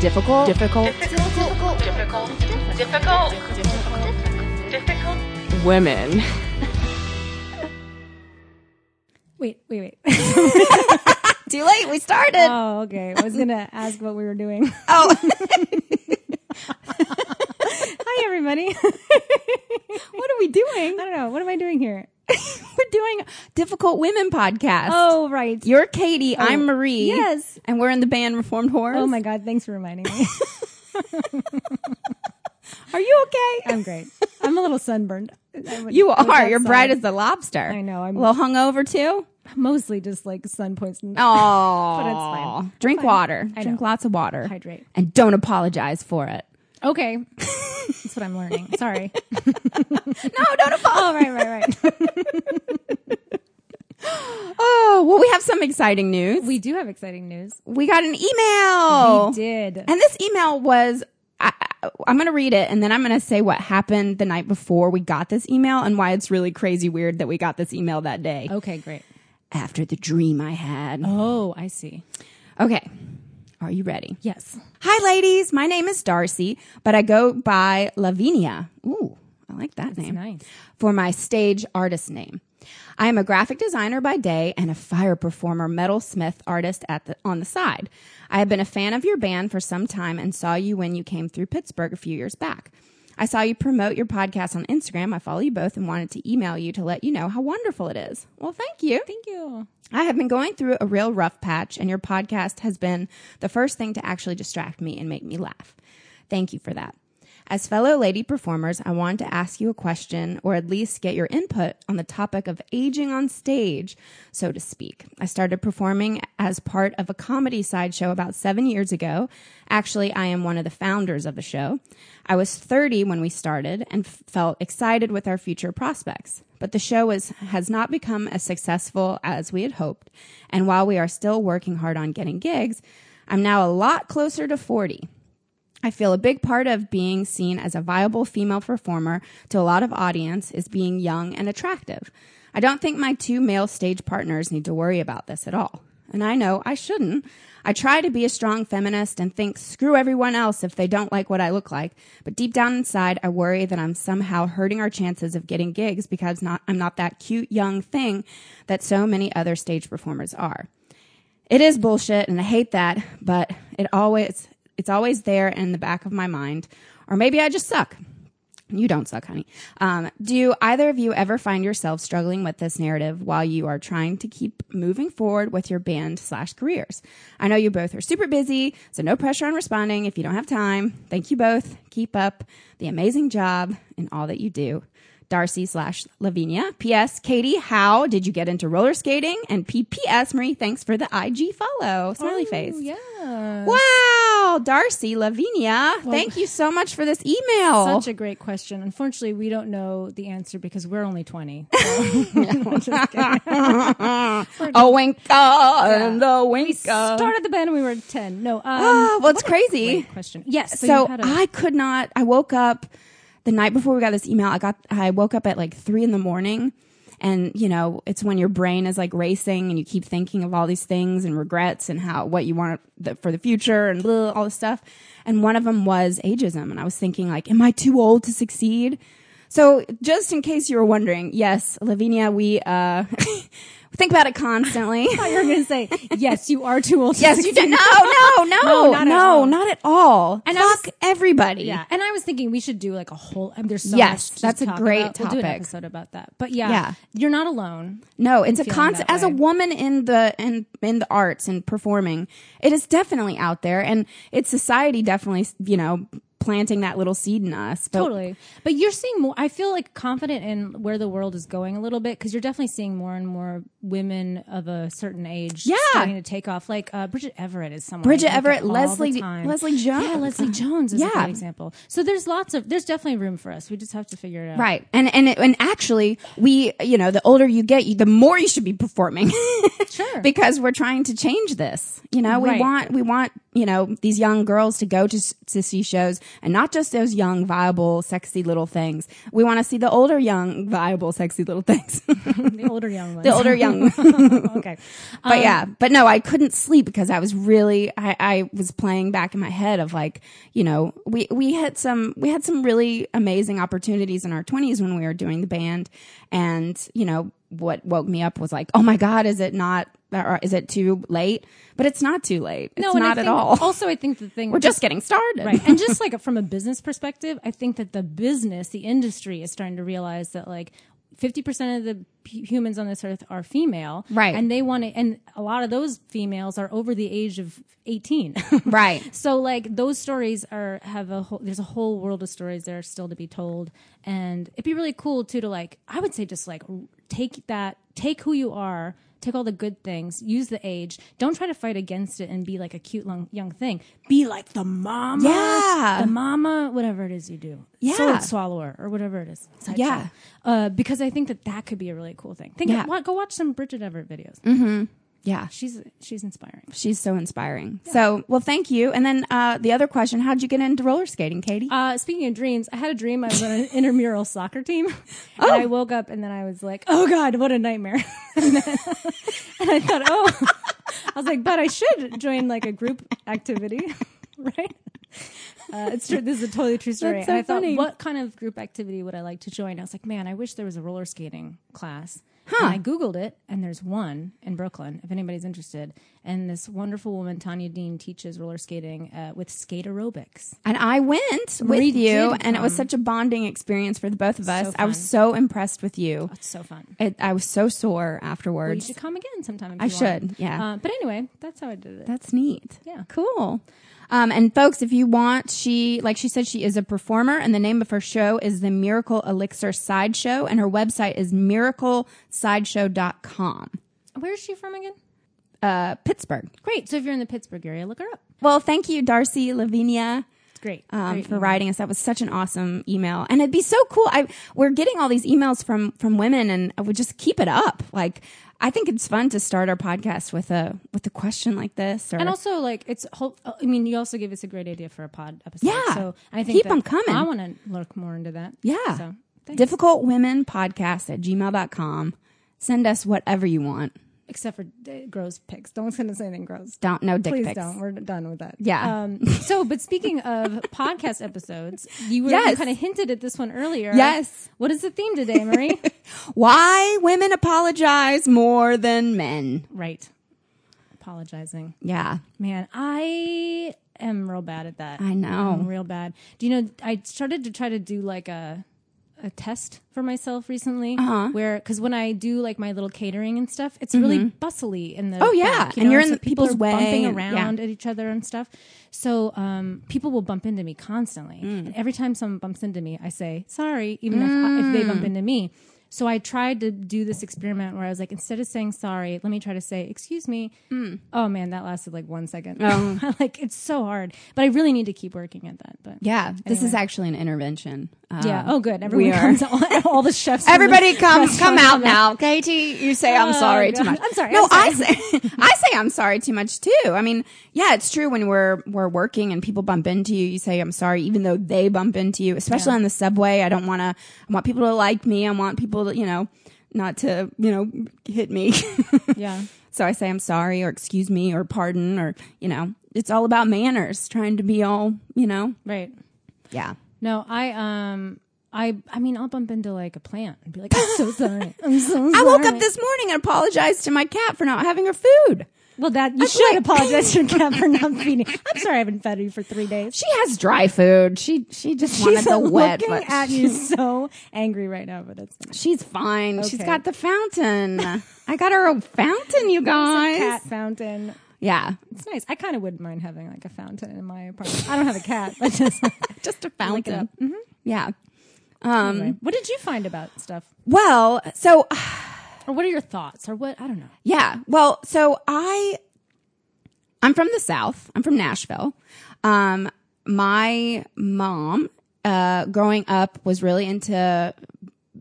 difficult, difficult, Difficult. Difficult. Difficult. Difficult. women. Wait, wait, wait. Too late. We started. oh, okay. I was gonna ask what we were doing. oh, Hi, everybody. what are we doing? I don't know. What am I doing here? we're doing difficult women podcast. Oh, right. You're Katie. I'm Marie. Oh, yes. And we're in the band Reformed Horrors. oh my God. Thanks for reminding me. Are you okay? I'm great. I'm a little sunburned. I would- you I was are. You're bright as outside. the lobster. I know, I'm- a little hungover too. mostly just like sun poison. Oh. But it's fine. Drink Fine. water. I Drink know. lots of water. Hydrate. And don't apologize for it. Okay. That's what I'm learning. Sorry. No, don't apologize. oh, right, right, right. Oh, well, we have some exciting news. We do have exciting news. We got an email. We did. And this email was I, I- I'm going to read it and then I'm going to say what happened the night before we got this email and why it's really crazy weird that we got this email that day Okay, great. after the dream I had. Oh, I see. Okay. Are you ready? Yes. Hi, ladies. My name is Darcy, but I go by Lavinia. Ooh, I like that name. nice. For my stage artist name. I am a graphic designer by day and a fire performer metalsmith artist at the, on the side. I have been a fan of your band for some time and saw you when you came through Pittsburgh a few years back. I saw you promote your podcast on Instagram. I follow you both and wanted to email you to let you know how wonderful it is. Well, thank you. Thank you. I have been going through a real rough patch, and your podcast has been the first thing to actually distract me and make me laugh. Thank you for that. As fellow lady performers, I wanted to ask you a question or at least get your input on the topic of aging on stage, so to speak. I started performing as part of a comedy sideshow about seven years ago. Actually, I am one of the founders of the show. I was 30 when we started and f- felt excited with our future prospects but the show is, has not become as successful as we had hoped. And while we are still working hard on getting gigs, I'm now a lot closer to 40. I feel a big part of being seen as a viable female performer to a lot of audience is being young and attractive. I don't think my two male stage partners need to worry about this at all. And I know I shouldn't. I try to be a strong feminist and think screw everyone else if they don't like what I look like. But deep down inside, I worry that I'm somehow hurting our chances of getting gigs because not, I'm not that cute young thing that so many other stage performers are it is bullshit and I hate that, but it always it's always there in the back of my mind. Or maybe I just suck. You don't suck, honey. Um, do either of you ever find yourself struggling with this narrative while you are trying to keep moving forward with your band slash careers? I know you both are super busy, so no pressure on responding if you don't have time. Thank you both. Keep up the amazing job in all that you do. Darcy slash Lavinia. P.S. Katie, how did you get into roller skating? And P.P.S. Marie, thanks for the IG follow. Smiley Oh, face. Yeah. Wow, Darcy, Lavinia, thank you so much for this email. Such a great question. Unfortunately, we don't know the answer because we're only 20. a wink uh, and a wink. uh. we started the band when we were 10. No. Um, well, it's crazy. great question. Yes. Ah. So, So, you had a- I could not. I woke up the night before we got this email. I got. I woke up at like three in the morning, and you know, it's when your brain is like racing and you keep thinking of all these things and regrets and how what you want the, for the future and blah, all this stuff. And one of them was ageism, and I was thinking like, am I too old to succeed? So, just in case you were wondering, yes, Lavinia, we uh, think about it constantly. I thought you were going to say, yes, you are too old. to Yes, you succeed. did. No, no, no, No, no, not at no, all. not at all. And I Fuck was- everybody. Yeah. And I was thinking we should do like a whole, I mean, there's so Yes, much. to that's a talk great about. We'll do an topic. episode about that. But yeah, Yeah. you're not alone. No, it's a concept. that As a way. woman in the in in the arts and performing, it is definitely out there, and it's society definitely, you know, planting that little seed in us. But Totally. But you're seeing more, I feel like confident in where the world is going a little bit because you're definitely seeing more and more women of a certain age Yeah. starting to take off. Like uh, Bridget Everett is someone. I Bridget look at Everett, all the Leslie- time. Leslie Jones. Yeah, Leslie Jones is Yeah. a great example. So there's lots of, there's definitely room for us. We just have to figure it out. Right, and and it, and actually, we you know, the older you get, you, the more you should be performing. Sure. because we're trying to change this. You know, we Right. want we want you know these young girls to go to s- to see shows, and not just those young, viable, sexy little things. We want to see the older, young, viable, sexy little things. the older young ones. the older young. okay. Um, But yeah, but no, I couldn't sleep because I was really I, I was playing back in my head of like, you know, we we had some we had some really amazing opportunities in our 20s when we were doing the band and, you know, what woke me up was like, "Oh my god, is it not or is it too late?" But it's not too late. It's and I not at think- all. Also, I think the thing we're just getting started. right, and just like from a business perspective, I think that the business, the industry, is starting to realize that like. 50% of the p- humans on this earth are female. Right. And they want to, and a lot of those females are over the age of 18. Right. So like those stories are have a whole there's a whole world of stories that are still to be told and it'd be really cool too to like I would say just like r- take that take who you are take all the good things use the age don't try to fight against it and be like a cute long, young thing be like the mama Yeah. the mama whatever it is you do Yeah. Sword swallower or whatever it is Side Yeah. swallow. uh, because I think that that could be a really cool thing think Yeah. Mm. wa- go watch some Bridget Everett videos Yeah. she's she's inspiring She's so inspiring. So, well, thank you. And then uh, the other question: How'd you get into roller skating, Katie? Uh, speaking of dreams, I had a dream I was on an intramural soccer team. Oh. And I woke up and then I was like, oh God, what a nightmare. and, then- and I thought, oh, I was like, but I should join like a group activity, right? Uh, it's true. This is a totally true story. That's so and I thought, funny. what kind of group activity would I like to join? I was like, man, I wish there was a roller skating class. Huh. And I Googled it, and there's one in Brooklyn, if anybody's interested. And this wonderful woman, Tanya Dean, teaches roller skating uh, with skate aerobics. and I went with Marie you, did and it was come. such a bonding experience for the both of us. I was fun. so impressed with you. It's so fun. It, I was so sore afterwards. You should come again sometime. If I you want. should, yeah. Uh, but anyway, that's how I did it. That's neat. Yeah. Cool. Um, and folks, if you want, she, like she said, she is a performer, and the name of her show is the Miracle Elixir Sideshow, and her website is miraclesideshow.com. Where is she from again? Uh, Pittsburgh. Great. So if you're in the Pittsburgh area, look her up. Well, thank you, Darcy, Lavinia. It's great. um, Great. for writing us. That was such an awesome email, and it'd be so cool. I we're getting all these emails from from women, and I would just keep it up. Like I think it's fun to start our podcast with a with a question like this, or and also like it's whole. I mean, you also gave us a great idea for a pod episode. Yeah. So I think Keep that 'em coming. I want to look more into that. yeah, So thanks. difficult women podcast at gmail.com. Send us whatever you want. except for uh, gross pics. Don't send us anything gross. Don't no dick Please pics. don't. We're done with that. Yeah. Um, so, but speaking of podcast episodes, you were Yes. kind of hinted at this one earlier. Yes. What is the theme today, Marie? Why women apologize more than men? right. Apologizing. Yeah, Man, I am real bad at that. I know. I'm real bad. Do you know? I started to try to do like a a test for myself recently, uh-huh. where because when I do like my little catering and stuff, it's really bustly in the Oh, yeah. back, you And know? you're in So the people people's are bumping way and- yeah. around at each other and stuff. So um, people will bump into me constantly, Mm. and every time someone bumps into me, I say sorry, even if, if they bump Mm. into me. So I tried to do this experiment where I was like, instead of saying sorry, let me try to say excuse me. Mm. Oh man, that lasted like one second. like it's so hard, but I really need to keep working at that. But Oh. yeah. This is actually an intervention. Uh, yeah. Oh, good. Everyone we are- comes. All, all the chefs. in the Everybody come come restaurant out now. Katie, you say I'm sorry too Oh, God. much. I'm sorry, No, I'm I say I say I'm sorry too much too. I mean, yeah, it's true when we're we're working and people bump into you, you say I'm sorry even though they bump into you, especially on the subway. I don't want to I want people to like me. I want people to, you know, not to, you know, hit me. Yeah. so I say I'm sorry or excuse me or pardon or, you know, it's all about manners, trying to be all, you know. Right. Yeah. No, I um, I I mean, I'll bump into like a plant and be like, I'm so sorry. I'm so sorry. I woke up this morning and apologized to my cat for not having her food. Well, that you should apologize to your cat for not feeding. I'm sorry, I haven't fed you for three days. She has dry food. She she just wanted She's the wet. looking But at you so angry right now, but that's fine. she's fine. She's Okay. got the fountain. I got her a fountain, you guys. cat fountain. Yeah, It's nice. I kind of wouldn't mind having like a fountain in my apartment. I don't have a cat, but just just a Look it fountain. up. Mm-hmm. Yeah. anyway. what did you find about stuff, Well, so or what are your thoughts, or what I don't know. Yeah. Well, so I I'm from the South. I'm from Nashville. Um my mom uh growing up was really into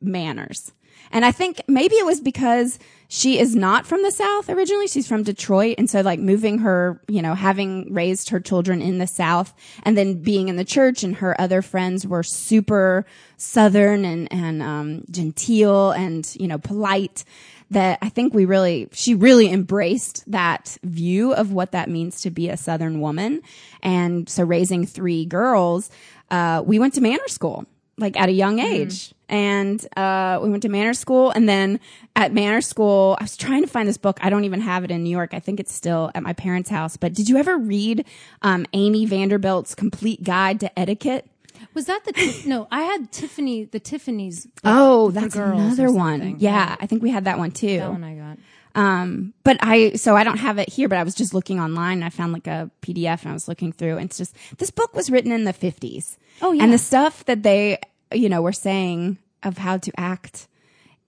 manners. And I think maybe it was because she is not from the South originally. She's from Detroit. And so like moving her, you know, having raised her children in the South and then being in the church and her other friends were super Southern and, and, um, genteel and, you know, polite that I think we really, she really embraced that view of what that means to be a Southern woman. And so raising three girls, uh, we went to manor school, like at a young Hmm. age. And uh, we went to manor school. And then at manor school, I was trying to find this book. I don't even have it in New York. I think it's still at my parents' house. But did you ever read um, Amy Vanderbilt's Complete Guide to Etiquette? Was that the Ti- no? I had Tiffany, the Tiffany's. book Oh, for that's girls or another one. something. Yeah, I think we had that one too. that one I got. Um, but I, so I don't have it here, but I was just looking online and I found like a PDF and I was looking through and it's just, this book was written in the 50s. Oh, yeah. And the stuff that they, you know, were saying of how to act,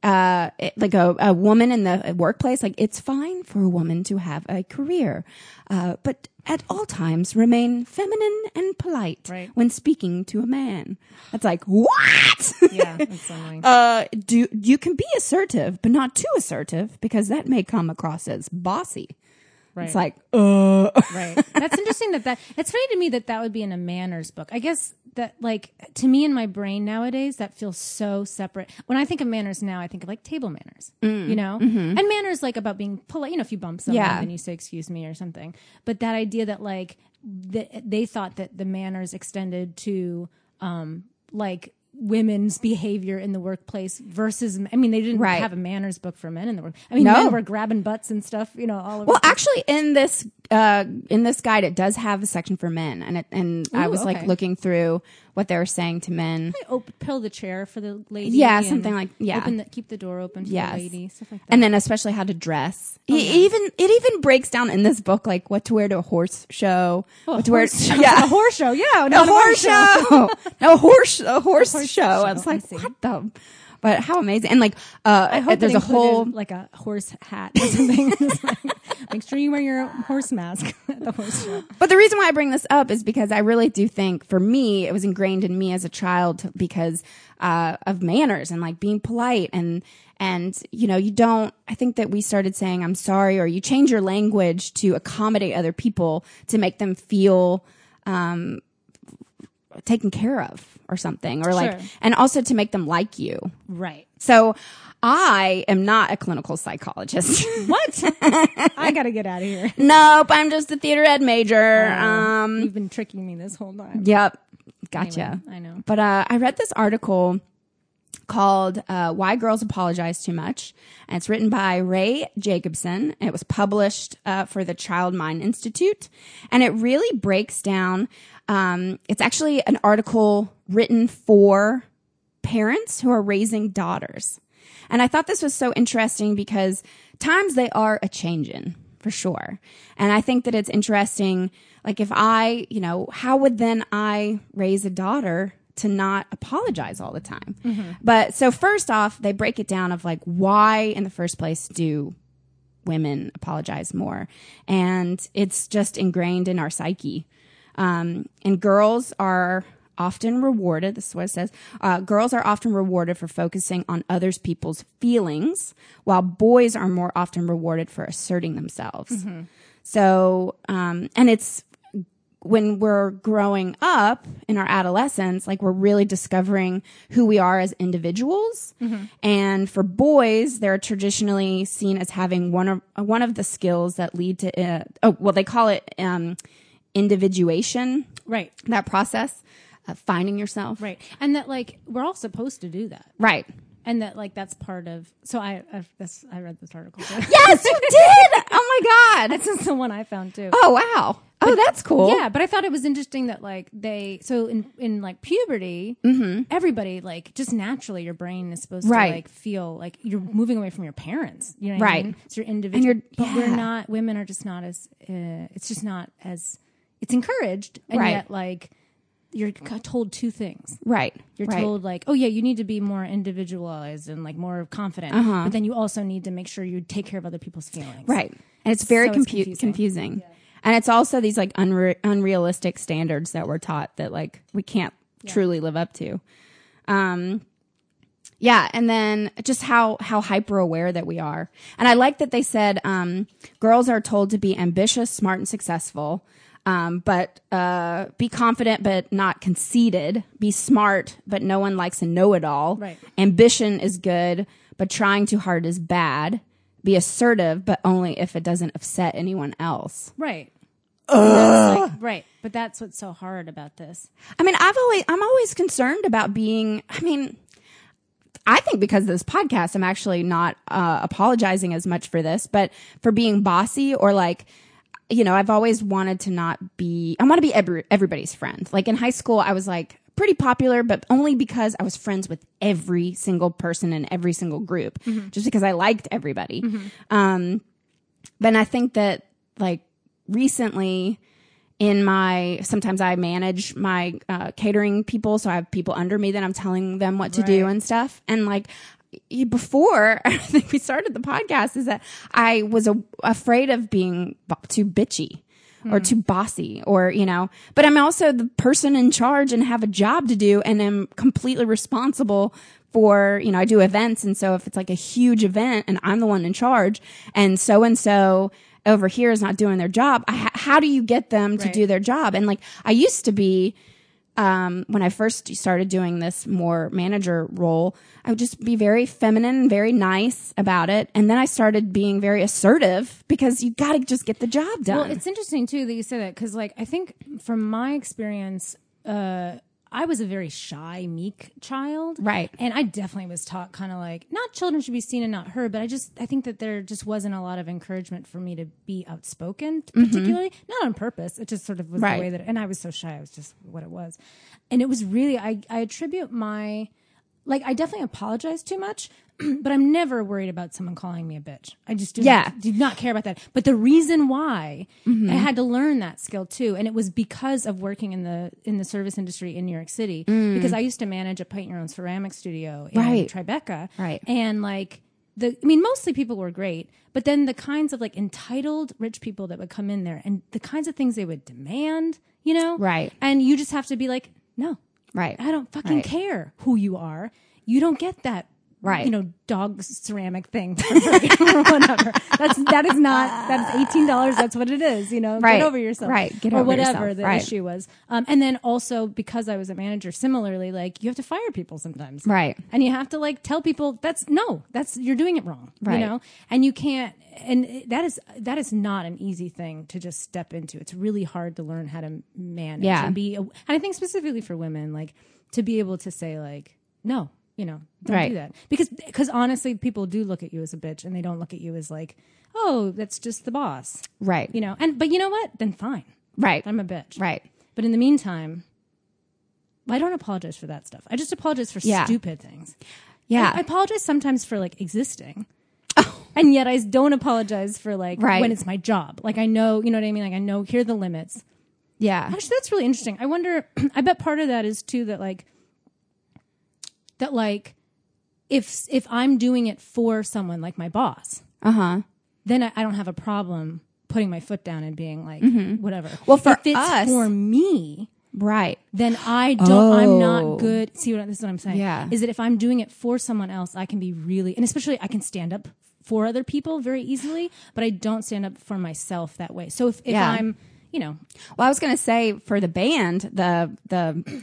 uh, it- like a, a woman in the workplace, like it's fine for a woman to have a career, uh, but at all times remain feminine and polite Right. when speaking to a man. That's like, what? Yeah, that's so annoying. uh, do you can be assertive, but not too assertive because that may come across as bossy. right. It's like, uh, right. That's interesting that that. It's funny to me that that would be in a manners book. I guess that like to me in my brain nowadays that feels so separate. When I think of manners now, I think of like table manners, you know, and manners like about being polite. You know, if you bump someone Mm. Mm-hmm. Yeah. and you say "excuse me" or something. But that idea that like th- they thought that the manners extended to um like women's behavior in the workplace versus i mean they didn't Right. have a manners book for men in the work i mean No. men were grabbing butts and stuff you know all over well, the place. actually, in this uh, in this guide, it does have a section for men, and it, and I Ooh, was like okay. looking through what they were saying to men. op- pill the chair for the lady. Yeah, and something like- yeah. Open the, keep the door open for Yes. the lady, stuff like that. Oh, And then, especially how to dress. It Even it even breaks down in this book like what to wear to a horse show, what to wear, yeah, a Oh, horse show. Yeah, a horse show, a horse, a horse, horse show. show, I was like, I see. what the? But how amazing! And like, uh, I hope there's there's a whole like a horse hat or something. It's like, Make sure you wear your horse mask at the horse show. But the reason why I bring this up is because I really do think for me, it was ingrained in me as a child to- because uh, of manners and like being polite and and you know you don't. I think that we started saying I'm sorry or you change your language to accommodate other people to make them feel um, taken care of or something or like Sure. and also to make them like you. Right. So I am not a clinical psychologist. What? I gotta get out of here. nope, I'm just a theater ed major. Oh. Um, You've been tricking me this whole time. Yep. Gotcha. I know. But uh, I read this article called uh, Why Girls Apologize Too Much. And it's written by Ray Jacobson. And it was published uh, for the Child Mind Institute. And it really breaks down, um, it's actually an article written for parents who are raising daughters. And I thought this was so interesting because times they are a changin' for sure. And I think that it's interesting. Like if I, you know, how would then I raise a daughter to not apologize all the time? But so first off, they break it down of like why in the first place do women apologize more. And it's just ingrained in our psyche. Um, and girls are often rewarded, this is what it says uh, girls are often rewarded for focusing on others people's feelings, while boys are more often rewarded for asserting themselves. So, um, and it's when we're growing up in our adolescence, like we're really discovering who we are as individuals. And for boys, they're traditionally seen as having one of uh, one of the skills that lead to uh, oh well, they call it um, individuation. Right. That process of finding yourself. Right. And that like we're all supposed to do that. Right. And that like that's part of. So I I, this, I read this article. too. Yes, you did. Oh my god. This is the one I found too. Oh wow. Oh, that's cool. Yeah, but I thought it was interesting that like they so in in like puberty, everybody like just naturally your brain is supposed Mm-hmm. Right. to like feel like you're moving away from your parents, you know, what Right. I mean? So you're individual, you're- but we're yeah. not. Women are just not as. Uh, it's just not as. It's encouraged, and Right. yet like you're c- told two things. Right. You're right. told like, oh yeah, you need to be more individualized and like more confident, but then you also need to make sure you take care of other people's feelings. Uh-huh. Right. And it's very So it's confu- confusing. confusing. And it's also these like unre- unrealistic standards that we're taught that like we can't truly live up to. Um yeah, and then just how how hyper aware that we are. And I like that they said um girls are told to be ambitious, smart and successful. Um, but uh, be confident, but not conceited. Be smart, but no one likes a know-it-all. Right. Ambition is good, but trying too hard is bad. be assertive, but only if it doesn't upset anyone else. Right. That's like- right. But that's what's so hard about this. I mean, I've always I'm always concerned about being. I mean, I think because of this podcast, I'm actually not uh, apologizing as much for this, but for being bossy or like, you know, I've always wanted to not be. I want to be every, everybody's friend. Like in high school, I was like pretty popular, but only because I was friends with every single person in every single group, just because I liked everybody. Um, but I think that like recently in my sometimes I manage my uh, catering people, so I have people under me that I'm telling them what to do and stuff, and like e- before I think we started the podcast is that I was a, afraid of being bo- too bitchy Hmm. or too bossy or you know but I'm also the person in charge and have a job to do and am completely responsible for you know I do events and so if it's like a huge event and I'm the one in charge and so and so over here is not doing their job I, h- how do you get them to do their job and like I used to be um, when I first started doing this more manager role, I would just be very feminine, very nice about it. And then I started being very assertive because you got to just get the job done. Well, it's interesting too that you say that because, like, I think from my experience, uh, I was a very shy, meek child, Right. And I definitely was taught kind of like not children should be seen and not heard, but I just I think that there just wasn't a lot of encouragement for me to be outspoken, particularly not on purpose. It just sort of was Mm-hmm. Right. the way that, and I was so shy, I was just what it was, and it was really I I attribute my like I definitely apologize too much, but I'm never worried about someone calling me a bitch. I just do Yeah. Mm-hmm. not, did not care about that. But the reason why I had to learn that skill too, and it was because of working in the in the service industry in New York City. Because I used to manage a paint your own ceramic studio in Mm. Right. Tribeca, Right. And like the, I mean, mostly people were great, but then the kinds of like entitled rich people that would come in there, and the kinds of things they would demand, you know, Right. And you just have to be like, no, Right. I don't fucking Right. care who you are. You don't get that. Right. You know, dog ceramic thing for free or whatever. That's that is not that's eighteen dollars. That's what it is. You know, Right. get over yourself. Right. Get or over whatever yourself. the Right. issue was. Um, and then also because I was a manager, similarly, like you have to fire people sometimes, Right. And you have to like tell people that's no, that's you're doing it wrong, Right. You know, and you can't. And it- that is that is not an easy thing to just step into. It's really hard to learn how to manage Yeah. and be be a- and I think specifically for women, like to be able to say like, no, you know, don't Right. do that because because honestly, people do look at you as a bitch and they don't look at you as like, oh, that's just the boss, right. you know. And but you know what? Then fine, right. I'm a bitch, right. But in the meantime. I don't apologize for that stuff. I just apologize for Yeah. stupid things. Yeah. Oh. I apologize sometimes for like existing. And yet I don't apologize for like Right. when it's my job. Like I know, you know what I mean? Like I know here are the limits. yeah. Actually, that's really interesting. I wonder. I bet part of that is too that like that like if if I'm doing it for someone like my boss, Uh huh. then I, I don't have a problem putting my foot down and being like whatever. Mm-hmm. Well, for if it's us- for me, Right. then I don't. I'm Oh. not good. See what I- this is what I'm saying? Yeah. Is that if I'm doing it for someone else, I can be really and especially I can stand up for other people very easily, but I don't stand up for myself that way. So if if Yeah. I'm you know Well, I was going to say for the band, the the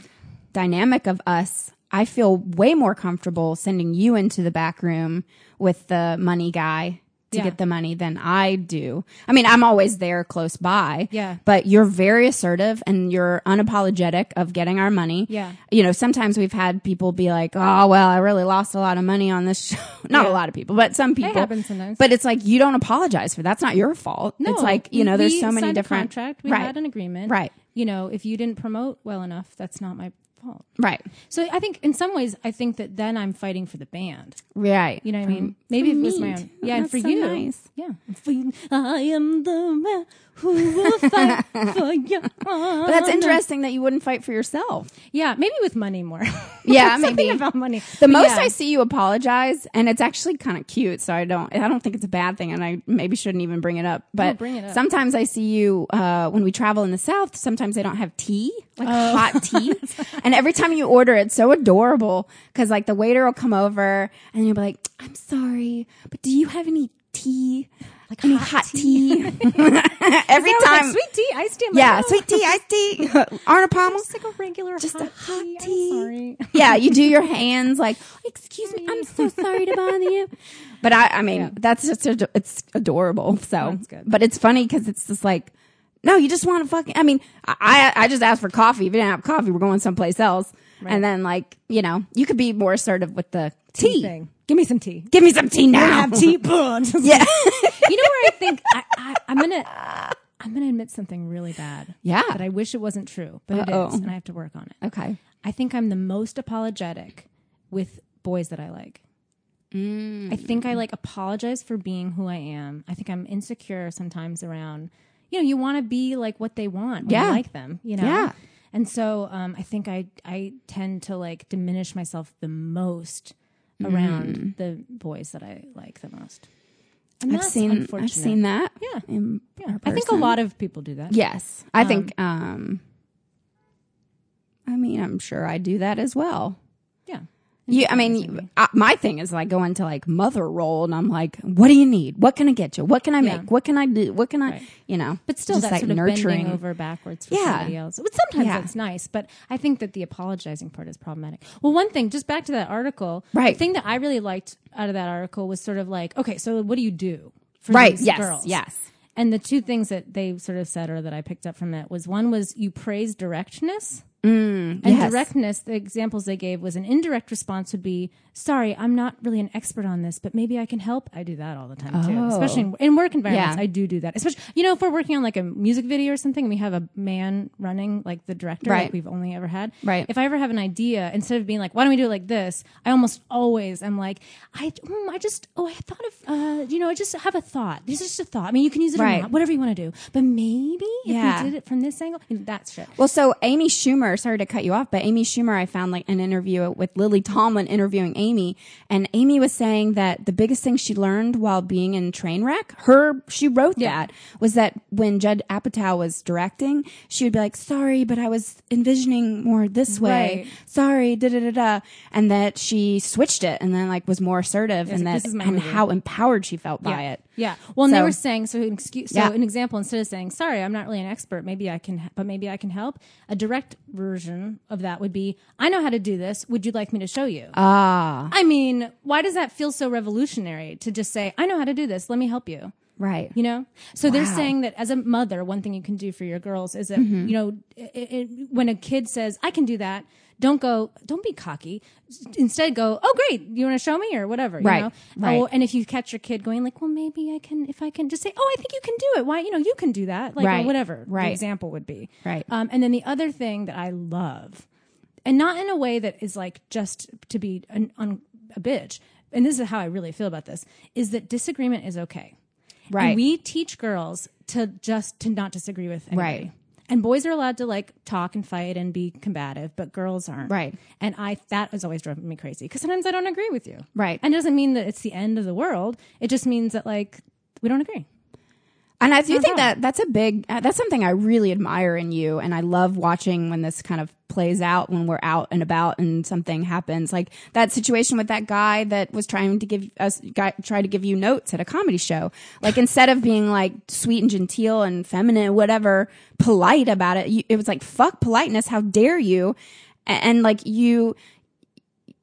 dynamic of us, I feel way more comfortable sending you into the back room with the money guy to Yeah. get the money than I do. I mean, I'm always there close by. Yeah. But you're very assertive and you're unapologetic of getting our money. Yeah. You know, sometimes we've had people be like, "Oh, well, I really lost a lot of money on this show." Not a Yeah. lot of people, but some people. happens sometimes. But it's like you don't apologize for that. that's not your fault. it's No, like, you know, there's oh, we so many signed different a contract. We right. had an agreement. Right. You know, if you didn't promote well enough, that's not my fault. Right. So I think in some ways I think that then I'm fighting for the band. Right. You know what I mean? Maybe it was my meat. own. Oh, Yeah, and that's for so you. nice. Yeah. For you. I am the man who will fight for you. But that's interesting that you wouldn't fight for yourself. Yeah, maybe with money more. Yeah, Something maybe. about money. The But most yeah. I see you apologize, and it's actually kind of cute. So I don't, I don't think it's a bad thing, and I maybe shouldn't even bring it up. But bring it up. sometimes I see you uh, when we travel in the South. Sometimes they don't have tea, like Oh. hot tea, and every time you order, it's so adorable because like the waiter will come over and you'll be like, "I'm sorry, but do you have any tea?" Like I mean, hot tea. Every I was like, time. sweet tea, iced tea. I'm like, yeah, oh, sweet tea, iced tea, Arna Palmer. Just like a regular Just hot, a hot tea. I'm tea. sorry. yeah, you do your hands like, excuse me, I'm so sorry to bother you. But I, I mean, that's just ad- it's adorable. So, That's good. but it's funny because it's just like, no, you just want to fucking. I mean, I I I just asked for coffee. If you didn't have coffee, we're going someplace else. And then like you know, you could be more assertive with the tea. Thing. Give me some tea. Give me some tea now. tea. you Yeah, know where I think I, I, I'm gonna. I'm gonna admit something really bad. Yeah. That I wish it wasn't true, but Uh-oh. it is, and I have to work on it. okay. I think I'm the most apologetic with boys that I like. I Mm. think I like apologize for being who I am. I think I'm insecure sometimes around, you know, you want to be like what they want when Yeah. you like them, you know? Yeah. And so um, I think I, I tend to like diminish myself the most around the boys that I like the most. And Mm. I've that's seen I've unfortunate. seen that. Yeah. in Yeah. our I think a person. lot of people do that. Yes, I think. um I mean, I'm sure I do that as well. Yeah. You, I mean, I, my thing is like going to like mother role, and I'm like, what do you need? What can I get you? What can I make? Yeah. What can I do? What can I, you know? But still, just that like sort of bending over backwards for Yeah. somebody else. But sometimes Yeah. that's nice. But I think that the apologizing part is problematic. Well, one thing, just back to that article. Right. The thing that I really liked out of that article was sort of like, okay, so what do you do for Right, these yes, girls? yes. And the two things that they sort of said or that I picked up from that was one was you praise directness. And Mm, yes. directness, the examples they gave was an indirect response would be, sorry, I'm not really an expert on this, but maybe I can help. I do that all the time too, especially in, in work environments. Yeah. I do do that. Especially, you know, if we're working on like a music video or something and we have a man running like the director Right. like we've only ever had. Right. If I ever have an idea, instead of being like, why don't we do it like this? I almost always am like, I, mm, I just, oh, I thought of, uh, you know, I just have a thought. This is just a thought. I mean, you can use it Right. or not, whatever you want to do, but maybe Yeah. if we did it from this angle, and that's shit. Well, so Amy Schumer, sorry to cut you off, but Amy Schumer, I found like an interview with Lily Tomlin interviewing Amy, and Amy was saying that the biggest thing she learned while being in Trainwreck, her she wrote that was that when Judd Apatow was directing, she would be like, "Sorry, but I was envisioning more this way. Right. Sorry, da da da da," and that she switched it and then like was more assertive and like, that "This is my and movie." how empowered she felt by yeah. it. Yeah. Well, and So- they were saying so. An excuse, so Yeah. an example instead of saying "Sorry, I'm not really an expert. Maybe I can, but maybe I can help." A direct version of that would be, "I know how to do this. Would you like me to show you?" Ah. I mean, why does that feel so revolutionary to just say, "I know how to do this. Let me help you." Right. You know, so they're saying that as a mother, one thing you can do for your girls is that Mm-hmm. you know, i i when a kid says, "I can do that," don't go, don't be cocky. S- Instead, go, "Oh, great, you want to show me or whatever." Right, You know? right. Oh, and if you catch your kid going like, "Well, maybe I can," if I can, just say, "Oh, I think you can do it." Why, you know, you can do that, like or Right, whatever. the right. example would be Right. Um, and then the other thing that I love, and not in a way that is like just to be an, on a bitch. And this is how I really feel about this: is that disagreement is okay. Right. And we teach girls to just to not disagree with anybody. Right. And boys are allowed to like talk and fight and be combative, but girls aren't. Right. And I that has always driven me crazy because sometimes I don't agree with you. Right. And it doesn't mean that it's the end of the world. It just means that like we don't agree. And I do think problem. that that's a big, uh, that's something I really admire in you. And I love watching when this kind of plays out when we're out and about and something happens. Like that situation with that guy that was trying to give us, guy, try to give you notes at a comedy show. Like instead of being like sweet and genteel and feminine, whatever, polite about it, you, it was like, fuck politeness. How dare you? A- and like you,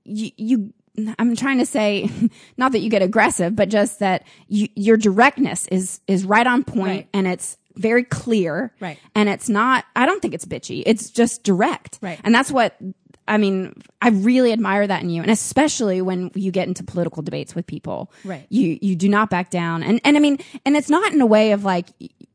you, you I'm trying to say not that you get aggressive, but just that you, your directness is is right on point Right. and it's very clear. Right. And it's not I don't think it's bitchy. It's just direct. Right. And that's what I mean, I really admire that in you, and especially when you get into political debates with people. Right. You you do not back down, and and I mean, and it's not in a way of like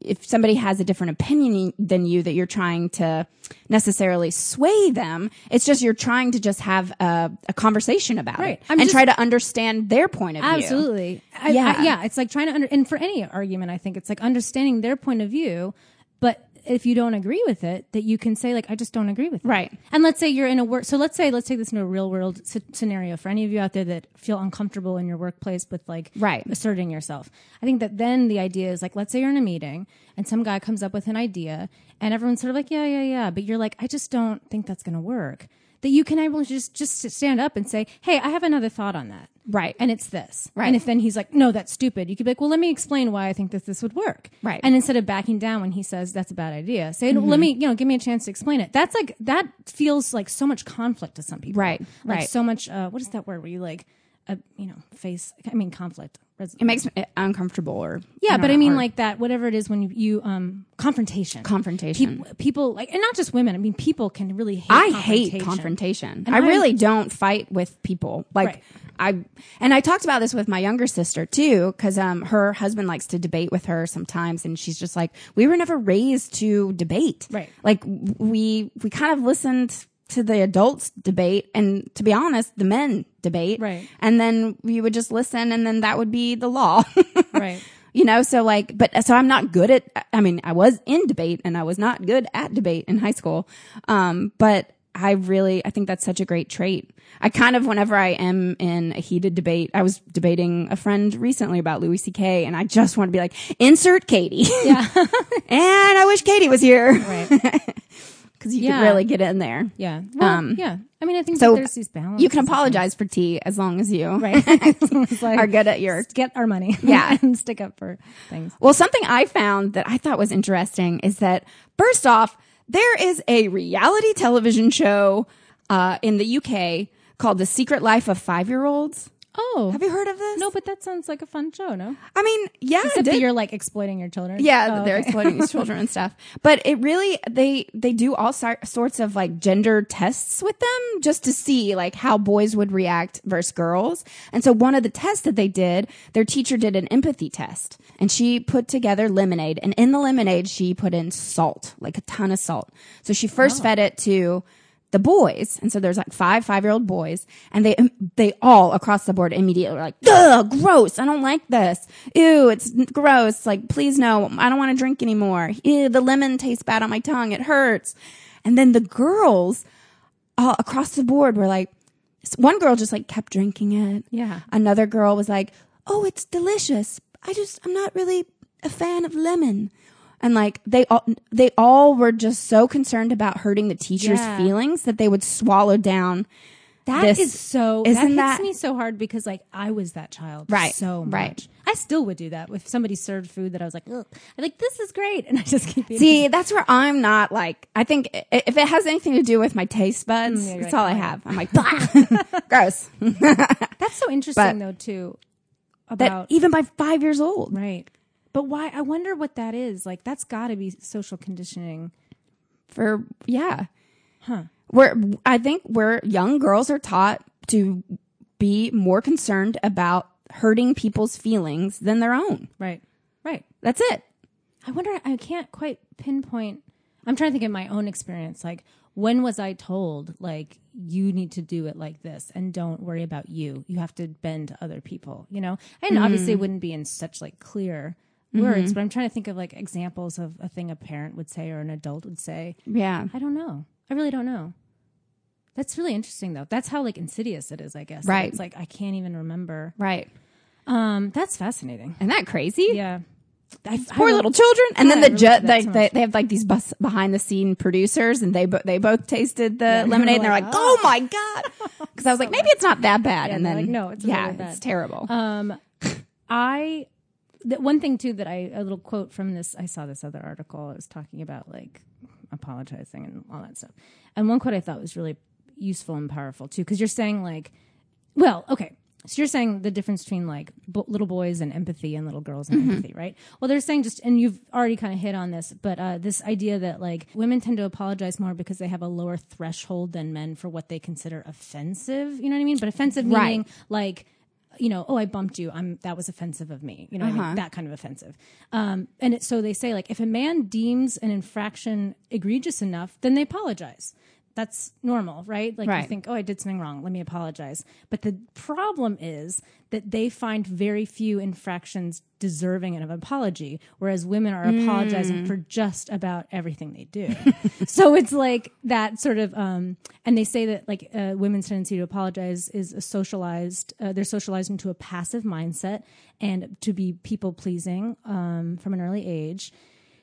if somebody has a different opinion than you that you're trying to necessarily sway them. It's just you're trying to just have a, a conversation about Right. it I'm and just- try to understand their point of view. Absolutely. I, Yeah. yeah. I, yeah. It's like trying to under, and for any argument, I think it's like understanding their point of view, but if you don't agree with it, that you can say like, I just don't agree with it. Right. And let's say you're in a work. So let's say, let's take this into a real world s- scenario for any of you out there that feel uncomfortable in your workplace with like Right. asserting yourself. I think that then the idea is like, let's say you're in a meeting and some guy comes up with an idea and everyone's sort of like, yeah, yeah, yeah. But you're like, I just don't think that's going to work. that you can able to just just stand up and say, "Hey, I have another thought on that." Right. And it's this. Right. And if then he's like, "No, that's stupid," you could be like, "Well, let me explain why I think that this would work." Right. Mm-hmm. And instead of backing down when he says that's a bad idea, say, "Let me, you know, give me a chance to explain it." That's like that feels like so much conflict to some people. Right, Like right. so much. Uh, what is that word? Where you like, uh, you know, face. I mean, conflict. Res- It makes me uncomfortable or yeah, but don't I know, mean, or- like that, whatever it is, when you, you um, confrontation, Confrontation. Peop- people like, and not just women. I mean, people can really hate. I hate confrontation. confrontation. And I I'm- really don't fight with people. Like Right. I and I talked about this with my younger sister too cuz um her husband likes to debate with her sometimes and she's just like we were never raised to debate. Right. Like w- we we kind of listened to the adults debate and to be honest the men debate. Right. And then we would just listen and then that would be the law. Right. you know so like but so i'm not good at i mean i was in debate and i was not good at debate in high school um but i really i think that's such a great trait i kind of whenever i am in a heated debate i was debating a friend recently about louis ck and i just want to be like insert katie yeah and i wish katie was here Right. because you Yeah. could really get in there Yeah. Well, yeah. I mean, I think Um, so that there's these balance. you can apologize for tea as long as you Right. It's like, are good at your get our money. Yeah. and stick up for things. Well, something I found that I thought was interesting is that, first off, there is a reality television show uh, in the UK called The Secret Life of Five Year Olds. Oh. Have you heard of this? no, but that sounds like a fun show, no? I mean, yeah, it Except that did. you're like exploiting your children. yeah, Oh, they're okay. exploiting these children and stuff. But it really they they do all sor- sorts of like gender tests with them just to see like how boys would react versus girls. And so one of the tests that they did, their teacher did an empathy test, and she put together lemonade, and in the lemonade she put in salt, like a ton of salt. So she Oh. first fed it to the boys and so there's like five five year old boys and they they all across the board immediately were like ugh gross i don't like this ew it's n- gross like please no i don't want to drink anymore ew the lemon tastes bad on my tongue it hurts and then the girls all across the board were like s- one girl just like kept drinking it Yeah. another girl was like oh it's delicious i just i'm not really a fan of lemon and like they all they all were just so concerned about hurting the teacher's Yeah. feelings that they would swallow down That is This- so. that isn't hits that- me so hard because like I was that child, Right, So much. right. I still would do that if somebody served food that I was like, Ugh. I'm like, this is great, and I just keep eating. See, that's where I'm not like. I think i- if it has anything to do with my taste buds, Mm, yeah, you're that's like, all I have. I'm like, "Blah." gross. That's so but- interesting though too. That e- About even by five years old, right, but why? I wonder what that is. Like that's got to be social conditioning. for yeah. Huh. We're I think we're young girls are taught to be more concerned about hurting people's feelings than their own. Right, right. That's it. I wonder. I can't quite pinpoint. I'm trying to think of my own experience. Like when was I told like you need to do it like this and don't worry about you. You have to bend to other people. You know, and obviously Mm-hmm. it wouldn't be in such like clear. Words, but I'm trying to think of like examples of a thing a parent would say or an adult would say. Yeah. I don't know. I really don't know. That's really interesting though. That's how like insidious it is, I guess. That Right. It's like I can't even remember. Right. Um, that's fascinating. Isn't that crazy? Yeah. I, Poor I- little children. And I then the relate ju- to that like so they, much. they have like these bus- behind the scene producers, and they bo- they both tasted the lemonade, and they're like, "Oh, my god!" Because I was like, maybe it's not that bad, and "Ah." they're then like, "No, it's yeah, really bad." Um, it's terrible. I the one thing too that I a little quote from this I saw this other article. It was talking about like apologizing and all that stuff. And one quote I thought was really useful and powerful too because you're saying like, well, okay. So you're saying the difference between like b- little boys and empathy and little girls and empathy, right? Well, they're saying just, and you've already kind of hit on this, but uh, this idea that like women tend to apologize more because they have a lower threshold than men for what they consider offensive. You know what I mean? But offensive Right. meaning like you know, oh, I bumped you. I'm that was offensive of me. You know, what I mean? that kind of offensive. Um, and it, so they say like if a man deems an infraction egregious enough, then they apologize. That's normal, right? Like you Right. think, oh, I did something wrong. Let me apologize. But the problem is that they find very few infractions deserving of an apology, whereas women are apologizing for just about everything they do. so it's like that sort of, um, and they say that like uh, women's tendency to apologize is a socialized, uh, they're socialized into a passive mindset and to be people pleasing um, from an early age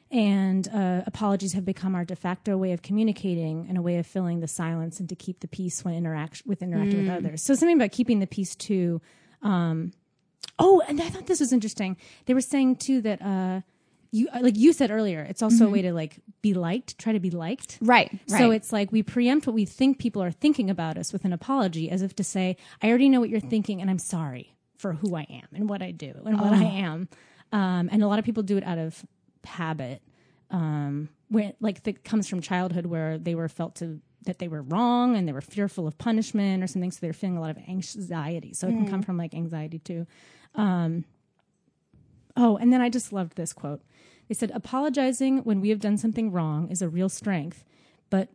And uh, apologies have become our de facto way of communicating and a way of filling the silence and to keep the peace when interact- with interacting with others. So something about keeping the peace too. Um, oh, and I thought this was interesting. They were saying too that uh, you, like you said earlier, it's also a way to like be liked, try to be liked. Right. So right. it's like we preempt what we think people are thinking about us with an apology, as if to say, I already know what you're thinking, and I'm sorry for who I am and what I do and what I am. Um, and a lot of people do it out of habit, um, where, like that comes from childhood where they were felt to that they were wrong and they were fearful of punishment or something. So they're feeling a lot of anxiety. So it can come from like anxiety too. Um, Oh, and then I just loved this quote. They said, Apologizing when we have done something wrong is a real strength, but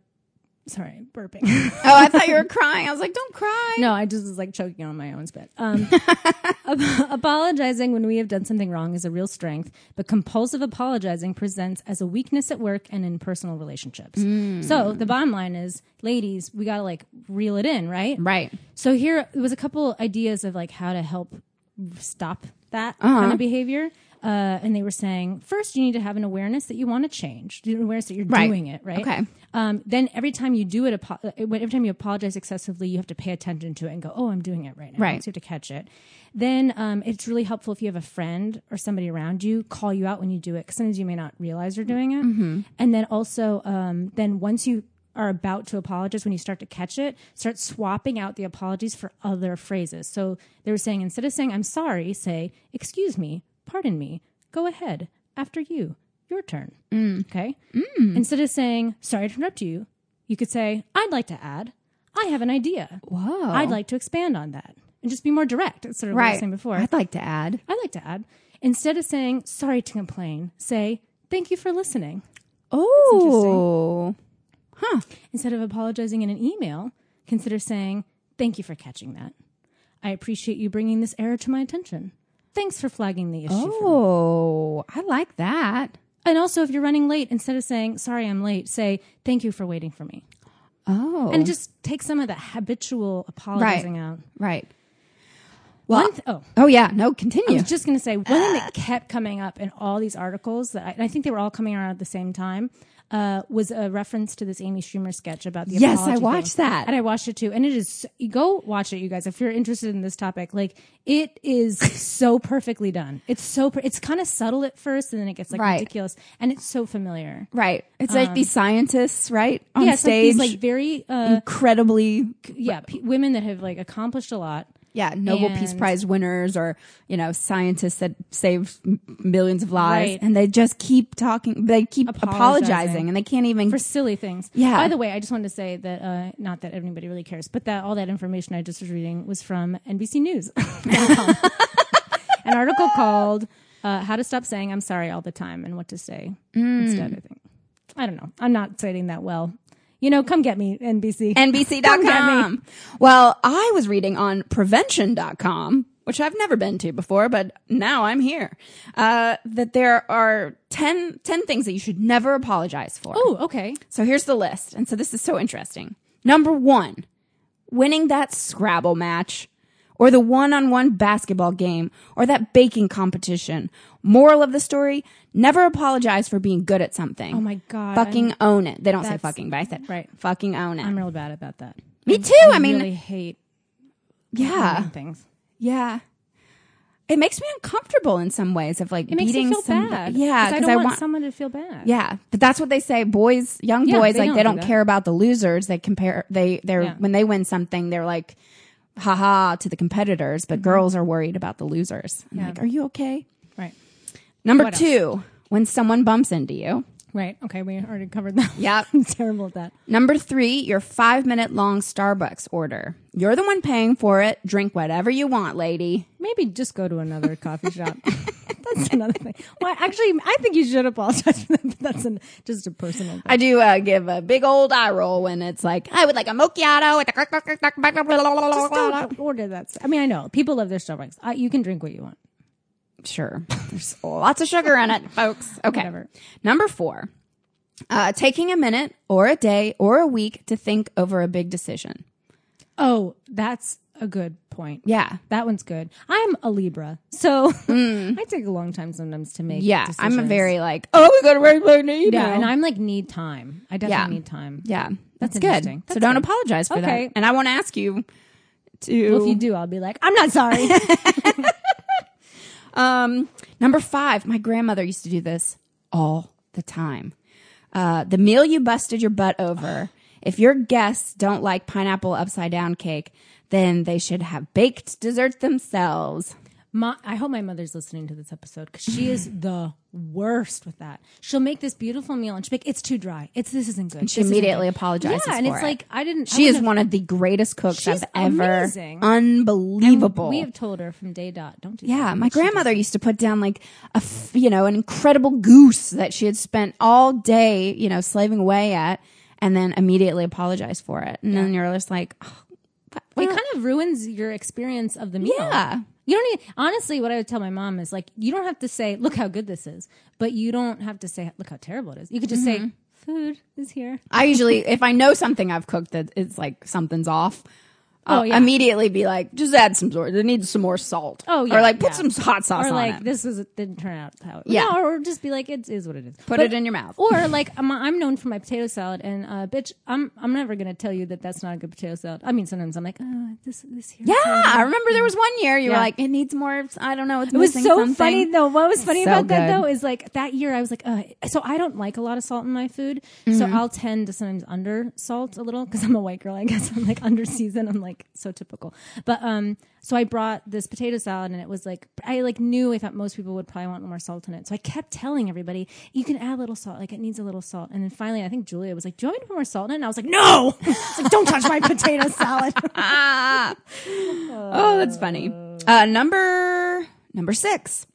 sorry, I'm burping. oh, I thought you were crying. I was like, don't cry. no, I just was like choking on my own spit. Um, ap- apologizing when we have done something wrong is a real strength, but compulsive apologizing presents as a weakness at work and in personal relationships. So the bottom line is, ladies, we got to like reel it in, right? Right. So here it was a couple ideas of like how to help stop that kind of behavior. Uh, and they were saying first you need to have an awareness that you want to change, the awareness that you're Right. doing it right. Okay. Um, then every time you do it, apo- uh, every time you apologize excessively, you have to pay attention to it and go, "Oh, I'm doing it right now." Right. So you have to catch it. Then um, it's really helpful if you have a friend or somebody around you call you out when you do it, because sometimes you may not realize you're doing it. Mm-hmm. And then also, um, then once you are about to apologize, when you start to catch it, start swapping out the apologies for other phrases. So they were saying instead of saying "I'm sorry," say "Excuse me," "Pardon me," "Go ahead," "After you," "Your turn." Mm. Okay. Instead of saying, sorry to interrupt you, you could say, I'd like to add, I have an idea. Whoa. I'd like to expand on that. And just be more direct. It's sort of what I was Right. saying before. I'd like to add. I'd like to add. Instead of saying, sorry to complain, say, thank you for listening. Oh. Instead of apologizing in an email, consider saying, thank you for catching that. I appreciate you bringing this error to my attention. Thanks for flagging the issue. for me." Oh. I like that. And also, if you're running late, instead of saying, sorry, I'm late, say, thank you for waiting for me. Oh. And just take some of the habitual apologizing out. right. Well, Well, one th- oh, Oh yeah. No, I continue. was just going to say one thing that kept coming up in all these articles that I, and I think they were all coming around at the same time uh, was a reference to this Amy Schumer sketch about the Yes, apology I watched thing. that. and I watched it too. And it is you go watch it, you guys, if you're interested in this topic. Like it is so perfectly done. It's so per- it's kind of subtle at first, and then it gets like Right. ridiculous, and it's so familiar. right. It's like these scientists, right, on um, yeah, it's like stage, these like very uh, incredibly, yeah p- women that have like accomplished a lot. yeah, Nobel Peace And- Prize winners, or you know, scientists that saved m- millions of lives, Right. and they just keep talking. They keep apologizing, Apologizing. and they can't even. for silly things. Yeah. By the way, I just wanted to say that uh, not that anybody really cares, but that all that information I just was reading was from NBC News, an article called uh, "How to Stop Saying I'm Sorry All the Time and What to Say Instead." I Mm. think I don't know. I'm not citing that well. You know, come get me, NBC. Come NBC.com. Well, I was reading on prevention.com, which I've never been to before, but now I'm here. Uh, that there are 10, 10 things that you should never apologize for. oh, okay. So here's the list. And so this is so interesting. Number one, winning that Scrabble match or the one on one basketball game or that baking competition. Moral of the story never apologize for being good at something. Oh my God, Fucking own it. They don't say That's- fucking, but I said, right. Fucking own it. I'm real bad about that. Me too. I, mean, really hate yeah. owning things. Yeah. It makes me uncomfortable in some ways of like It makes beating me feel somebody. bad. Yeah, I because don't I, want, want. someone to feel bad. yeah, but that's what they say. Boys, young Yeah, boys, they like don't they do don't that. care about the losers. They compare. They they're Yeah. when they win something, they're like, haha, to the competitors. But girls are worried about the losers. I'm Yeah. Like, are you okay? Right. Number What else? two, when someone bumps into you. Right. Okay. We already covered that. Yep. I'm terrible at that. Number three, your five minute long Starbucks order. You're the one paying for it. Drink whatever you want, lady. Maybe just go to another coffee shop. That's another thing. Well, actually, I think you should apologize for that. But that's an, just a personal. Thing. I do uh, give a big old eye roll when it's like, I would like a macchiato. With Just a don't order that. stuff. I mean, I know people love their Starbucks. Uh, you can drink what you want. sure, there's lots of sugar in it, folks. Okay. Whatever. Number four, uh, taking a minute or a day or a week to think over a big decision. Oh, that's a good point. Yeah. That one's good. I'm a Libra, so I take a long time sometimes to make. Yeah. I'm a decisions. very like, oh, we got to write my name. yeah, now. and I'm like need time. I definitely Yeah. need time. Yeah, that's, good. interesting. so That's don't good. apologize for Okay. that. And I want to ask you to Well, if you do, I'll be like, I'm not sorry. um number 5. My grandmother used to do this all the time. Uh the meal you busted your butt over. if your guests don't like pineapple upside down cake, then they should have baked dessert themselves. My, I hope my mother's listening to this episode because she is the worst with that. She'll make this beautiful meal and she'll make it's too dry. It's this isn't good. And she This isn't immediately good." apologizes Yeah, and for it's it. like I didn't. I She is wouldn't one of the greatest cooks She's I've ever. amazing. have- Unbelievable. We have told her from day dot, don't do that. Yeah, my grandmother used to put down like a f- you know an incredible goose that she had spent all day you know slaving away at, and then immediately apologize for it, and then you're just like, oh, but- It well, kind of ruins your experience of the meal. Yeah. You don't need, honestly, what I would tell my mom is like, you don't have to say, look how good this is, but you don't have to say, look how terrible it is. You could just Mm-hmm. say, food is here. I usually if I know something I've cooked that it's like something's off. I'll Oh, yeah. immediately be like, just add some sort. They need some more salt. Oh, yeah, Or like, put yeah. some hot sauce or on like it. this was it didn't turn out how it Yeah. No, or just be like it is what it is Put it in your mouth. or like I'm, I'm known for my potato salad and uh bitch i'm i'm never gonna tell you that that's not a good potato salad i mean sometimes i'm like oh, this this here yeah, I remember there was one year you Yeah. were like, it needs more. I don't know. It's it was so missing something. funny though. What was funny So about that good. though is like that year I was like, uh, so I don't like a lot of salt in my food, so I'll tend to sometimes under salt a little because I'm a white girl. I guess I'm like under season. I'm like so typical. But um, so I brought this potato salad and it was like I like knew I thought most people would probably want more salt in it, so I kept telling everybody you can add a little salt, like it needs a little salt. And then finally, I think Julia was like, "Do you want me to put more salt in?" it? And I was like, "No, It's like, don't touch my potato salad." Oh, that's funny. Uh, number number six,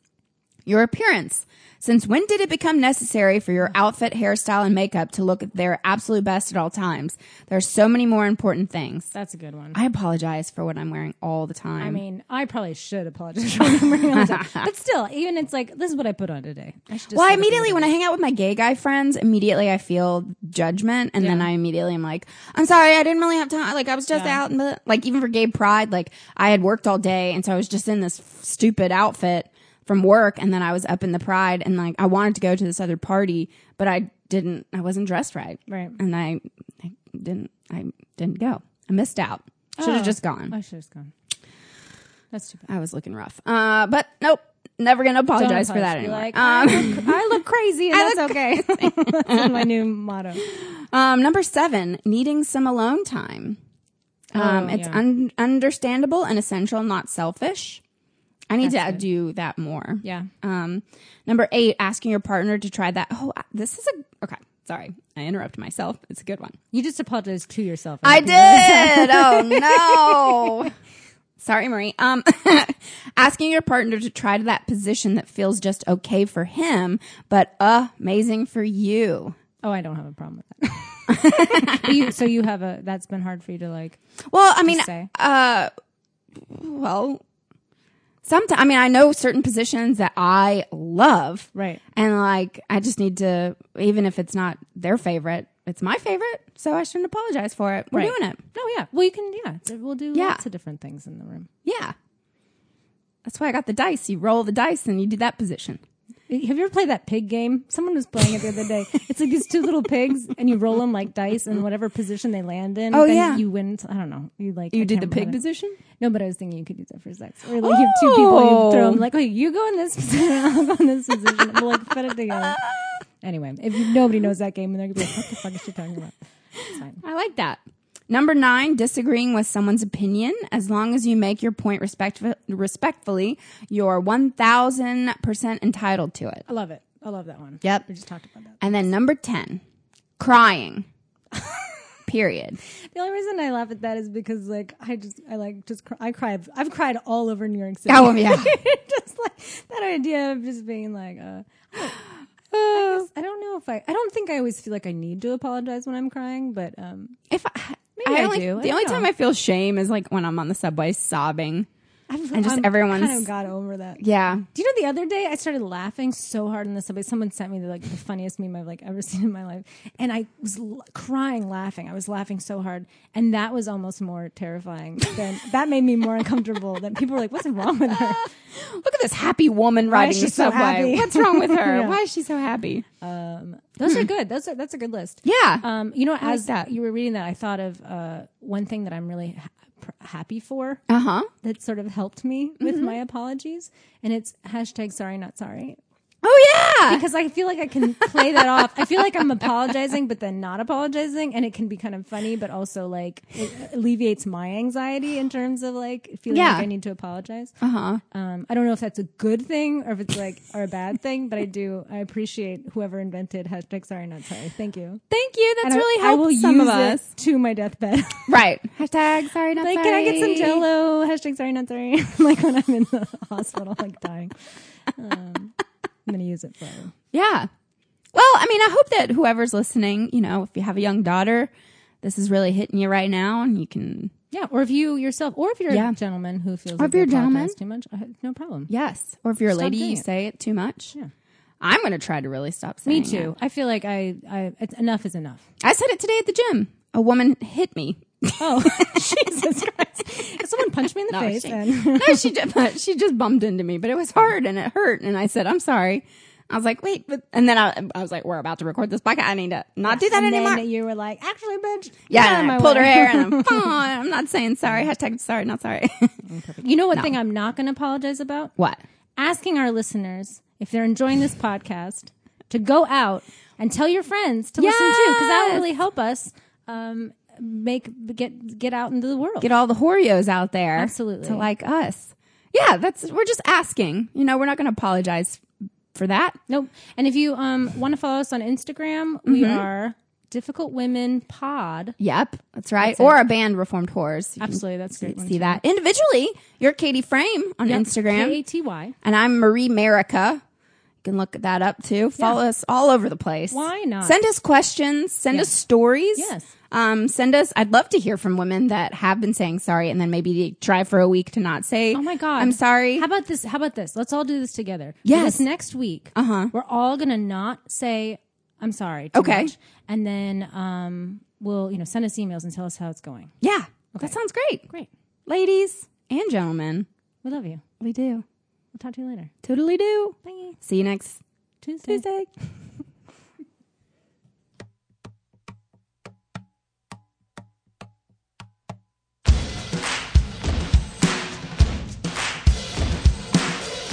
your appearance. Since when did it become necessary for your outfit, hairstyle, and makeup to look their absolute best at all times? There are so many more important things. That's a good one. I apologize for what I'm wearing all the time. I mean, I probably should apologize for remembering all the time. But still, even it's like, this is what I put on today. I should just well, I let it be. immediately when I hang out with my gay guy friends, immediately I feel judgment, and then I immediately am like, "I'm sorry, I didn't really have time. Like, I was just out and blah." like even for gay pride, like I had worked all day, and so I was just in this f- stupid outfit from work, and then I was up in the pride, and like I wanted to go to this other party, but I didn't. I wasn't dressed right, Right. And I, I didn't. I didn't go. I missed out. Should have Oh. just gone. I should have gone. That's too bad. I was looking rough. Uh, but nope. Never gonna Don't apologize for apologize. that Be anymore. Like, um, I, look, I look crazy and I that's okay. that's my new motto. Um, number seven, needing some alone time. Um, Oh, it's yeah. un- understandable and essential, not selfish. I need to do that more. Yeah. Um, number eight, asking your partner to try that. Oh, I- this is a okay. Sorry, I interrupted myself. It's a good one. You just apologized to yourself. I did. oh no. Sorry, Marie. Um, asking your partner to try to that position that feels just okay for him, but amazing for you. Oh, I don't have a problem with that. But you, so you have a, that's been hard for you to like, Well, I mean, say. uh, well, sometimes I mean I know certain positions that I love, Right. And like I just need to, even if it's not their favorite, it's my favorite, so I shouldn't apologize for it. We're Right. doing it, no, yeah. Well, you can, yeah. We'll do Yeah. lots of different things in the room. yeah. That's why I got the dice. You roll the dice and you do that position. Have you ever played that pig game? Someone was playing it the other day. It's like these two little pigs, and you roll them like dice, and whatever position they land in, Oh, then yeah. you win. I don't know. You like You I did can't the remember pig what it- position. No, but I was thinking you could do that for sex, or like you have two people, you throw Oh. them like, oh, you go in this position, I'll go in this position, we'll like put it together. Anyway, if you, nobody knows that game, then they're gonna be like, what the fuck is she talking about? It's fine. I like that. Number nine, disagreeing with someone's opinion. As long as you make your point respect- respectfully, you're 1000% entitled to it. I love it. I love that one. Yep. we just talked about that. And then number 10, crying. Period. The only reason I laugh at that is because like I just I like just cry, I cry. I've cried all over New York City. Oh, yeah. just like that idea of just being like, uh, I, guess, I don't know if I, I don't think I always feel like I need to apologize when I'm crying, but um, If I, Maybe I only- do. I The don't only know. time I feel shame is like when I'm on the subway sobbing. I've, And just I'm- everyone's- kind of got over that. Yeah. Do you know the other day I started laughing so hard in the subway? Someone sent me the, like the funniest meme I've like ever seen in my life, and I was l- crying laughing. I was laughing so hard, and that was almost more terrifying than that. Made me more uncomfortable than people were like, "What's wrong with her?" Look at this happy woman Why riding is the she so subway. happy? What's wrong with her? Yeah. Why is she so happy? Uh, Those are good. Those are that's a good list. Yeah. Um, you know, as that. you were reading that, I thought of uh, one thing that I'm really ha- pr- happy for. Uh huh. that sort of helped me with my apologies, and it's hashtag sorry not sorry Oh yeah. because I feel like I can play that off. I feel like I'm apologizing, but then not apologizing, and it can be kind of funny, but also like it alleviates my anxiety in terms of like feeling Yeah. Uh-huh. like I need to apologize. Uh huh. Um, I don't know if that's a good thing or if it's like or a bad thing, but I do I appreciate whoever invented hashtag sorry not sorry. Thank you. Thank you. That's And I- really I helped will some use of it us. to my deathbed. Right. Hashtag sorry not like, sorry. can I get some Jello? Hashtag sorry not sorry. like when I'm in the hospital, like dying. Um, I'm gonna use it forever. Yeah. Well, I mean, I hope that whoever's listening, you know, if you have a young daughter, this is really hitting you right now, and you can. Yeah, or if you yourself, or if you're Yeah. a gentleman who feels Or like if you're a they gentleman. apologize too much, I have no problem. Yes. Or if you're a Stop lady, doing you it. say it too much. Yeah. I'm gonna try to really stop saying. Me too. I feel like I, I it's, enough is enough. it. I said it today at the gym. A woman hit me. Oh, Jesus Christ! Someone punched me in the No, face. she, And no, she just she just bumped into me, but it was hard and it hurt, and I said, "I'm sorry." I was like, "Wait," but and then I, I was like, "We're about to record this podcast. I need to not do that and anymore." then you were like, actually, bitch. get yeah, out of and I my pulled her way." hair, and I'm, "Fine, I'm not saying sorry. Hashtag sorry, not sorry. You know what thing I'm not going to apologize about? what? asking our listeners if they're enjoying this podcast to go out and tell your friends to listen too, because that Yes. will really help us um, make get get out into the world. get all the Horios out there Absolutely. to like us. Yeah, that's we're just asking. You know, we're not going to apologize for that. nope. And if you um, want to follow us on Instagram, we Mm-hmm. are Difficult Women Pod. Yep, that's right. or our band Reformed Whores. You can Absolutely, that's a great. one, See too. that individually. You're Katie Frame on Instagram, K A T Y. and I'm Marie Merica. You can look that up too. Follow us all over the place. Why not? Send us questions. Send us stories. Yes. Um, send us. I'd love to hear from women that have been saying sorry, and then maybe try for a week to not say. Oh my god! I'm sorry. How about this? How about this? Let's all do this together. Yes. For this next week, uh-huh. we're all gonna not say I'm sorry. Too Okay. much. and then um, we'll you know send us emails and tell us how it's going. yeah, that sounds great. Great. ladies and gentlemen. We love you. We do. We'll talk to you later. Totally do. Bye. See you next Tuesday. Tuesday.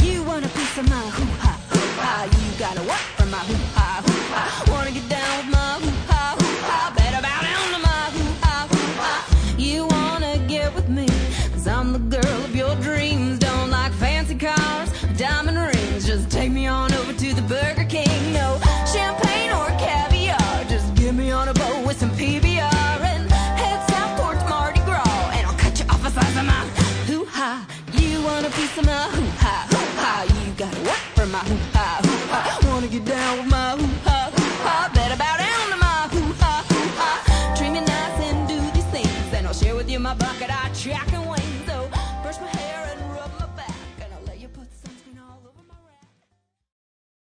You want a piece of my hoo-ha, hoo-ha. You gotta work for my hoo-ha, hoo-ha. Wanna get down with my hoo-ha, hoo-ha. Better bow down to my hoo-ha, hoo-ha. You wanna get with me, cause I'm the girl of your dreams. Don't like fancy cars, diamond rings. Just take me on over to the Burger King. No champagne or caviar. Just get me on a boat with some PBR and head south towards Mardi Gras. And I'll cut you off a size of my hoo-ha. You want a piece of my hoo-ha, hoo-ha. You gotta work for my hoo-ha, hoo-ha. Wanna get down with my hoo-ha,